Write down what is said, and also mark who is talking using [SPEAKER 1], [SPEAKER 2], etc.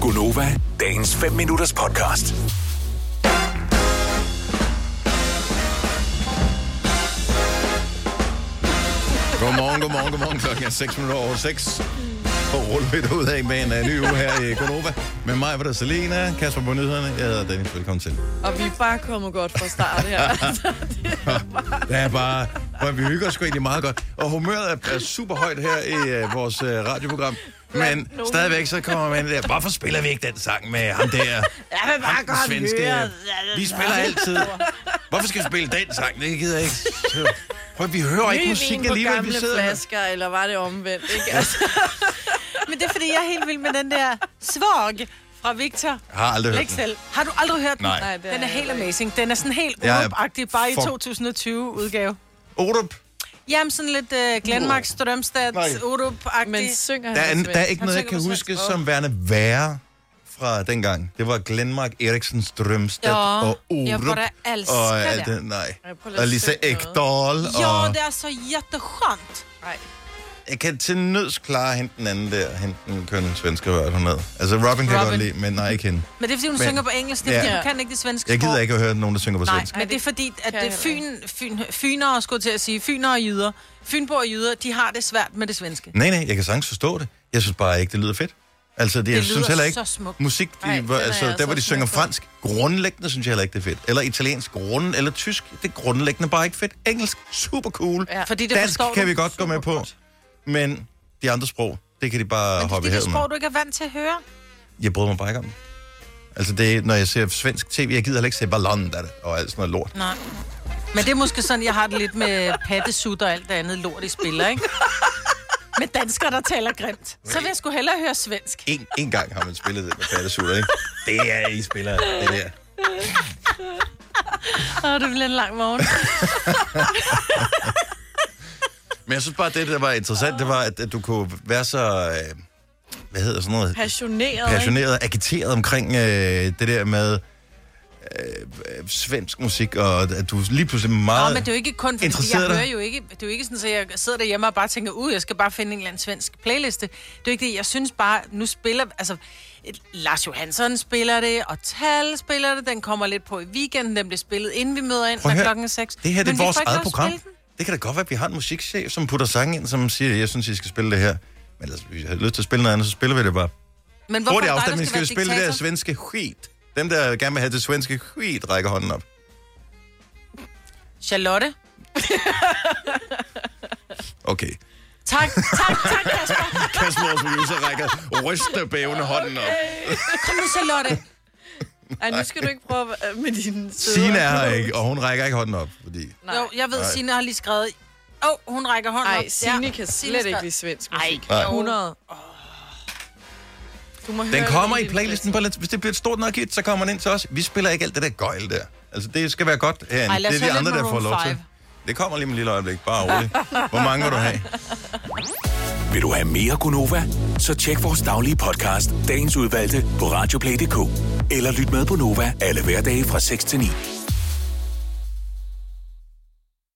[SPEAKER 1] Gunova, dagens 5 minutters podcast.
[SPEAKER 2] Godmorgen, godmorgen, godmorgen. Klokken er 6 minutter over 6. Så ruller vi det ud af med en øh, ny uge her i Gonova. Med mig var der Selena, Kasper på nyhederne. Jeg hedder Dennis. Velkommen til.
[SPEAKER 3] Og vi er bare kommet godt fra start her. Altså,
[SPEAKER 2] Det er bare... Hvor vi hygger os sgu egentlig meget godt. Og humøret er, er super højt her i uh, vores uh, radioprogram. Men
[SPEAKER 3] nogen-
[SPEAKER 2] stadigvæk så kommer man ind der. Hvorfor spiller vi ikke den sang med ham der?
[SPEAKER 3] jeg vil
[SPEAKER 2] Ham
[SPEAKER 3] bare
[SPEAKER 2] den
[SPEAKER 3] godt
[SPEAKER 2] svenske. øh,
[SPEAKER 3] høre.
[SPEAKER 2] Vi spiller altid. Hvorfor skal vi spille den sang? Det gider jeg ikke. Så- Prøv, vi hører ikke
[SPEAKER 3] Ny
[SPEAKER 2] musikken
[SPEAKER 3] vin på
[SPEAKER 2] alligevel. Vi
[SPEAKER 3] gamle
[SPEAKER 2] sidder her.
[SPEAKER 3] flasker, eller var det omvendt? Ikke? Altså,
[SPEAKER 4] Men det er, fordi jeg er helt vild med den der svag fra Victor
[SPEAKER 2] Jeg har aldrig hørt den.
[SPEAKER 4] Lexel. Har du aldrig hørt den?
[SPEAKER 2] Nej.
[SPEAKER 3] Nej,
[SPEAKER 2] Nej,
[SPEAKER 3] det
[SPEAKER 4] Den
[SPEAKER 3] har
[SPEAKER 4] er
[SPEAKER 3] jeg
[SPEAKER 4] helt
[SPEAKER 3] ikke.
[SPEAKER 4] amazing. Den er sådan helt
[SPEAKER 2] Jeg er
[SPEAKER 4] urupagtig, bare i
[SPEAKER 2] for-
[SPEAKER 4] 2020-udgave.
[SPEAKER 2] Orup.
[SPEAKER 4] Jamen sådan lidt uh, Glenmark, Strømstad,
[SPEAKER 2] Nej.
[SPEAKER 4] Urup-agtig.
[SPEAKER 3] Men synger han altså
[SPEAKER 2] Der er,
[SPEAKER 3] på
[SPEAKER 2] der er
[SPEAKER 3] svensk?
[SPEAKER 2] ikke noget, jeg kan
[SPEAKER 4] Han synger på
[SPEAKER 2] huske
[SPEAKER 4] svensk.
[SPEAKER 2] som værende værre fra dengang. Det var Glenmark Eriksen, Strømstedt
[SPEAKER 4] Ja.
[SPEAKER 2] og Orup.
[SPEAKER 4] Jeg bara älskar
[SPEAKER 2] og alt
[SPEAKER 4] det.
[SPEAKER 2] det. Nej.
[SPEAKER 3] Jeg prøver lige
[SPEAKER 2] Og
[SPEAKER 3] at
[SPEAKER 2] Lisa
[SPEAKER 3] synge noget.
[SPEAKER 2] Ekdahl.
[SPEAKER 4] Jo,
[SPEAKER 2] Og
[SPEAKER 4] det er så jätteskönt.
[SPEAKER 3] Nej.
[SPEAKER 2] jeg kan til nøds klare hende den anden der, hende den kønne svenske hørt med. Altså Robin kan jeg
[SPEAKER 3] Robin.
[SPEAKER 2] godt lide, men nej, ikke hende.
[SPEAKER 4] Men det er, fordi hun
[SPEAKER 2] Men-
[SPEAKER 4] synger på engelsk. Det er, fordi
[SPEAKER 2] Ja.
[SPEAKER 4] du kan ikke det svenske
[SPEAKER 2] Jeg gider
[SPEAKER 4] sprog.
[SPEAKER 2] ikke at høre nogen, der synger på
[SPEAKER 4] Nej,
[SPEAKER 2] svensk.
[SPEAKER 4] men det er fordi, at
[SPEAKER 3] jeg
[SPEAKER 4] det fyn, fyn, fynere, skulle jeg til at sige, fynere og jyder, fynboer og jyder, de har det svært med det svenske.
[SPEAKER 2] Nej, nej, jeg kan sagtens forstå det. Jeg synes bare ikke, det lyder fedt. Altså, det, det jeg
[SPEAKER 4] lyder
[SPEAKER 2] synes heller ikke,
[SPEAKER 4] så smukt.
[SPEAKER 2] musik, de,
[SPEAKER 3] Ej,
[SPEAKER 2] Ej,
[SPEAKER 3] den
[SPEAKER 2] var,
[SPEAKER 3] er
[SPEAKER 2] altså,
[SPEAKER 3] jeg
[SPEAKER 2] der
[SPEAKER 3] så
[SPEAKER 2] hvor de
[SPEAKER 3] smed
[SPEAKER 2] synger
[SPEAKER 3] på.
[SPEAKER 2] fransk, grundlæggende synes jeg heller ikke, det er fedt. Eller italiensk, grund, eller tysk, det er grundlæggende bare ikke fedt. Engelsk, super cool.
[SPEAKER 3] Ja.
[SPEAKER 4] Fordi det
[SPEAKER 2] Dansk
[SPEAKER 4] forstår
[SPEAKER 2] kan
[SPEAKER 4] du
[SPEAKER 2] vi godt gå med på, men de andre sprog, det kan de bare
[SPEAKER 4] Men det er
[SPEAKER 2] hoppe
[SPEAKER 4] fordi,
[SPEAKER 2] i
[SPEAKER 4] det er
[SPEAKER 2] havet med.
[SPEAKER 4] sprog, du ikke er vant til at høre.
[SPEAKER 2] Jeg bryder mig bare ikke om det. Altså, det, når jeg ser svensk tv, jeg gider heller ikke se Ballon der, og alt sådan noget lort.
[SPEAKER 4] Nej. Men det er måske sådan, jeg har det lidt med pattesut og alt det andet lort, I spiller, ikke? Med danskere, der taler grimt. Så vil jeg sgu hellere høre svensk.
[SPEAKER 2] En, en gang har man spillet det med pattesutter, ikke? Det er, I spiller, det der.
[SPEAKER 4] Åh, det bliver en lang morgen.
[SPEAKER 2] Men jeg synes bare, det, der var interessant, det var, at, at du kunne være så... Øh, hvad hedder sådan noget?
[SPEAKER 3] Passioneret,
[SPEAKER 2] Passioneret og agiteret omkring øh, det der med øh, øh, svensk musik, og at du lige pludselig
[SPEAKER 4] Nå,
[SPEAKER 2] meget...
[SPEAKER 4] men det er jo ikke kun, fordi jeg
[SPEAKER 2] Interesseret dig?
[SPEAKER 4] hører jo ikke... Det er jo ikke sådan, at jeg sidder derhjemme og bare tænker, ud, jeg skal bare finde en eller anden svensk playliste. Det er jo ikke det. Jeg synes bare, nu spiller... Altså, et- Lars Johansson spiller det, og Tal spiller det. Den kommer lidt på i weekenden. Den bliver spillet, inden vi møder ind,
[SPEAKER 2] Prøv at
[SPEAKER 4] når
[SPEAKER 2] høre,
[SPEAKER 4] klokken er seks.
[SPEAKER 2] Det her det
[SPEAKER 4] Men
[SPEAKER 2] er
[SPEAKER 4] vi
[SPEAKER 2] vores
[SPEAKER 4] får ikke
[SPEAKER 2] eget
[SPEAKER 4] lov at
[SPEAKER 2] program.
[SPEAKER 4] spille den.
[SPEAKER 2] Det kan da godt være, at vi har en musikchef, som putter sange ind, som siger, jeg synes, I skal spille det her. Men ellers, hvis I har lyst til at spille noget andet, så spiller vi det bare.
[SPEAKER 4] Men hvorfor
[SPEAKER 2] Hurtig
[SPEAKER 4] er det dig, der
[SPEAKER 2] afstemning, skal vi
[SPEAKER 4] være
[SPEAKER 2] spille det der
[SPEAKER 4] diktator?
[SPEAKER 2] svenske skit. Dem, der gerne vil have det svenske skit, rækker hånden op.
[SPEAKER 4] Charlotte?
[SPEAKER 2] Okay.
[SPEAKER 4] Tak, tak, tak, Kasper.
[SPEAKER 2] Kasper, vores producer, rækker rystebævende hånden op.
[SPEAKER 4] Kom nu, Charlotte.
[SPEAKER 3] Ej, nu skal du ikke prøve øh, med dine søde...
[SPEAKER 2] Sina er her ikke, og hun rækker ikke hånden op, fordi...
[SPEAKER 3] Nej.
[SPEAKER 4] Jo, jeg ved,
[SPEAKER 2] Nej.
[SPEAKER 4] Signe har lige skrevet... Åh, oh, hun rækker hånden op.
[SPEAKER 3] Nej,
[SPEAKER 4] Ja.
[SPEAKER 3] Signe kan
[SPEAKER 4] Signe
[SPEAKER 3] slet ikke
[SPEAKER 4] skrev-
[SPEAKER 3] lide svensk
[SPEAKER 4] Ej,
[SPEAKER 3] musik.
[SPEAKER 4] 100.
[SPEAKER 3] Du må
[SPEAKER 2] Den
[SPEAKER 3] høre
[SPEAKER 2] kommer
[SPEAKER 3] det
[SPEAKER 2] i playlisten, på lidt, hvis det bliver et stort nok hit, så kommer den ind til os. Vi spiller ikke alt det der gøjl der. Altså, det skal være godt herinde.
[SPEAKER 4] Ej, lad os
[SPEAKER 2] det er de
[SPEAKER 4] høre
[SPEAKER 2] andre,
[SPEAKER 4] lidt
[SPEAKER 2] der får
[SPEAKER 4] Maroon
[SPEAKER 2] lov til.
[SPEAKER 4] 5.
[SPEAKER 2] Det kommer lige om et lille øjeblik, bare roligt. Hvor mange vil du have?
[SPEAKER 1] Vil du have mere Gunova? Så tjek vores daglige podcast, dagens udvalgte, på radioplay.dk. Eller lyt med på Nova alle hverdage fra 6 til 9.